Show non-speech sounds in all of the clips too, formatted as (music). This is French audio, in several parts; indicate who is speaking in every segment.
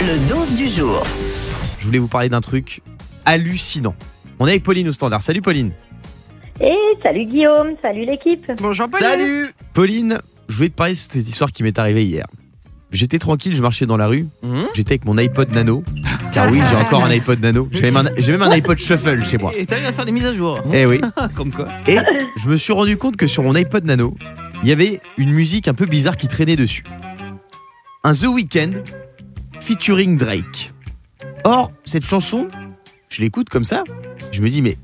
Speaker 1: Le 12 du jour.
Speaker 2: Je voulais vous parler d'un truc hallucinant. On est avec Pauline au standard. Salut Pauline.
Speaker 3: Et salut Guillaume, salut l'équipe.
Speaker 4: Bonjour Pauline.
Speaker 2: Salut Pauline, je voulais te parler de cette histoire qui m'est arrivée hier. J'étais tranquille, je marchais dans la rue.
Speaker 4: Mhm.
Speaker 2: J'étais avec mon iPod Nano. Tiens, oui, (laughs) j'ai encore un iPod Nano. J'ai même, un- j'ai même un iPod Shuffle chez moi.
Speaker 4: Et t'arrives à faire des mises à (laughs) jour.
Speaker 2: Eh oui.
Speaker 4: Comme quoi.
Speaker 2: Et je me suis rendu compte que sur mon iPod Nano, il y avait une musique un peu bizarre qui traînait dessus. Un The Weeknd featuring Drake. Or, cette chanson, je l'écoute comme ça, je me dis mais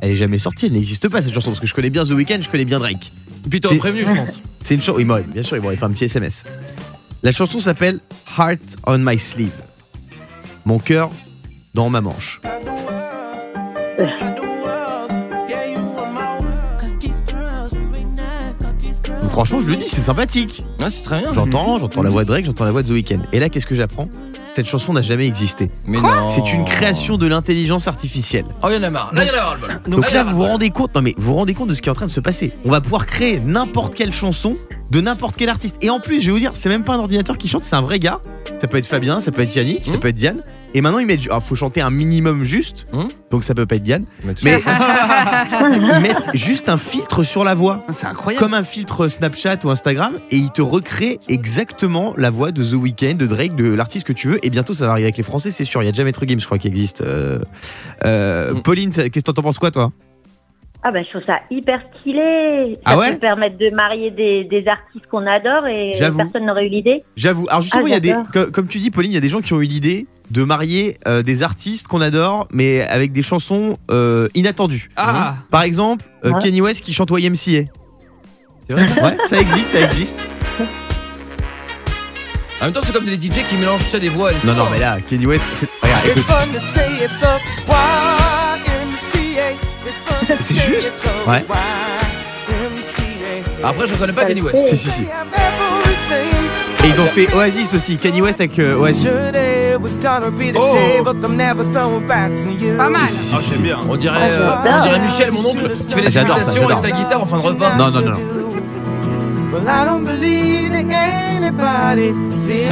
Speaker 2: elle est jamais sortie, elle n'existe pas cette chanson parce que je connais bien The Weeknd, je connais bien Drake.
Speaker 4: Puis
Speaker 2: C'est-
Speaker 4: t'aurais prévenu, je pense.
Speaker 2: C'est une chanson, il m'aurait- bien sûr, il m'aurait fait un petit SMS. La chanson s'appelle Heart on My Sleeve. Mon cœur dans ma manche. Franchement, je le dis, c'est sympathique.
Speaker 4: (laughs) Ouais, c'est très bien.
Speaker 2: J'entends, j'entends la voix de Drake, j'entends la voix de The Weeknd. Et là, qu'est-ce que j'apprends Cette chanson n'a jamais existé.
Speaker 4: Mais non.
Speaker 2: C'est une création de l'intelligence artificielle.
Speaker 4: Oh, y'en a marre. Là, y'en a marre le bol.
Speaker 2: Donc
Speaker 4: Allez,
Speaker 2: là,
Speaker 4: on
Speaker 2: vous vous rendez compte, non mais vous vous rendez compte de ce qui est en train de se passer. On va pouvoir créer n'importe quelle chanson de n'importe quel artiste. Et en plus, je vais vous dire, c'est même pas un ordinateur qui chante, c'est un vrai gars. Ça peut être Fabien, ça peut être Yannick, ça
Speaker 4: Hmm.
Speaker 2: peut être Diane. Et maintenant, ils mettent, ah, faut chanter un minimum juste.
Speaker 4: Hmm.
Speaker 2: Donc ça peut pas être Diane.
Speaker 4: Mais tu-
Speaker 2: Mais
Speaker 4: (laughs)
Speaker 2: (laughs) ils mettent juste un filtre sur la voix,
Speaker 4: Ah, C'est incroyable.
Speaker 2: comme un filtre Snapchat ou Instagram, et ils te recréent exactement la voix de The Weeknd, de Drake, de l'artiste que tu veux. Et bientôt, ça va arriver avec les Français, c'est sûr. Il y a déjà Maître Games, je crois, qui existe. Euh, euh,
Speaker 4: Hmm.
Speaker 2: Pauline, ça- qu'est-ce que t'en penses quoi, toi
Speaker 3: Ah ben je trouve ça hyper stylé. Ça
Speaker 2: Ah ouais
Speaker 3: peut permettre de marier des, des artistes qu'on adore et
Speaker 2: J'avoue.
Speaker 3: personne n'aurait eu l'idée.
Speaker 2: J'avoue. Alors justement,
Speaker 3: Ah,
Speaker 2: il y a des,
Speaker 3: j'adore.
Speaker 2: co- comme tu dis, Pauline, il y a des gens qui ont eu l'idée de marier euh, des artistes qu'on adore, mais avec des chansons euh, inattendues.
Speaker 4: Ah.
Speaker 2: Par exemple, euh,
Speaker 3: Ouais.
Speaker 2: Kanye West qui chante YMCA.
Speaker 4: C'est vrai,
Speaker 2: Ouais, ça existe, ça existe.
Speaker 4: En même temps, c'est comme des DJ qui mélangent, tu sais, les voix. et les
Speaker 2: Non, non,
Speaker 4: sons.
Speaker 2: mais là, Kanye West, c'est- regarde, écoute,
Speaker 5: C'est juste
Speaker 2: Ouais.
Speaker 4: Après, je connais pas Kenny West.
Speaker 2: si, si, si. Et ils ont fait Oasis aussi, Kanye West avec euh, Oasis.
Speaker 6: Ah,
Speaker 2: Oh.
Speaker 5: Pas
Speaker 6: mal.
Speaker 2: Si, si, si, si.
Speaker 4: On dirait, euh,
Speaker 3: j'adore.
Speaker 4: on dirait Michel, mon oncle, qui fait des
Speaker 2: Ah, J'adore ça,
Speaker 4: imitations avec
Speaker 2: j'adore.
Speaker 4: sa guitare en fin de repas.
Speaker 2: Non, non, non, non.
Speaker 4: Non,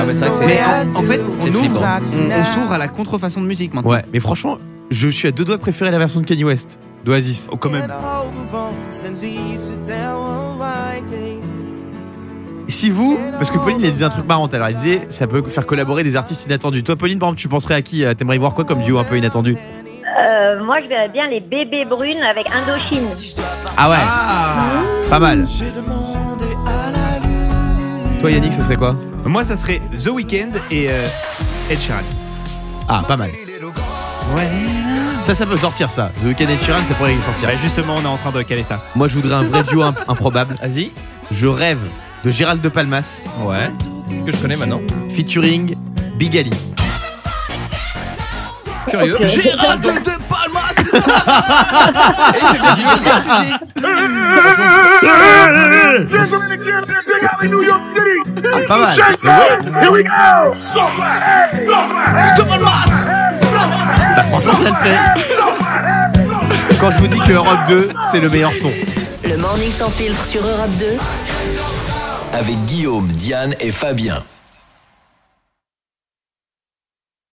Speaker 4: mais c'est vrai que c'est-
Speaker 6: Mais en, en fait,
Speaker 4: C'est
Speaker 6: on ouvre,
Speaker 4: flippant.
Speaker 6: on, on s'ouvre à la contrefaçon de musique maintenant.
Speaker 2: Ouais, mais franchement, je suis à deux doigts de préférer la version de Kanye West d'Oasis.
Speaker 6: Oh, quand même.
Speaker 2: Si vous, parce que Pauline, elle disait un truc marrant, alors elle disait ça peut faire collaborer des artistes inattendus. Toi, Pauline, par exemple, tu penserais à qui euh, T'aimerais voir quoi comme duo un peu inattendu
Speaker 3: Euh, moi je verrais bien les bébés brunes avec Indochine.
Speaker 2: Ah ouais Pas mal. Toi, Yannick, ça serait quoi
Speaker 6: Moi, ça serait The Weeknd et euh, Ed Sheeran.
Speaker 2: Ah, pas mal. Ça, ça peut sortir, ça. The Weeknd et Sheeran, ça pourrait sortir.
Speaker 6: Bah, justement, on est en train de caler ça.
Speaker 2: Moi, je voudrais un vrai duo imp- improbable.
Speaker 4: Vas-y.
Speaker 2: Je rêve de Gérald de Palmas
Speaker 4: Ouais. Que je connais maintenant.
Speaker 2: featuring Big Ali.
Speaker 4: Curieux.
Speaker 3: Ok.
Speaker 4: Gérald de
Speaker 2: (laughs)
Speaker 4: Palmas Et il fait bien du bien, Suzy.
Speaker 2: Ah, pas mal. Bah, franchement, ça le fait. Quand je vous dis que Europe 2, c'est le meilleur son.
Speaker 1: Le morning sans filtre sur Europe 2.
Speaker 7: Avec Guillaume, Diane et Fabien.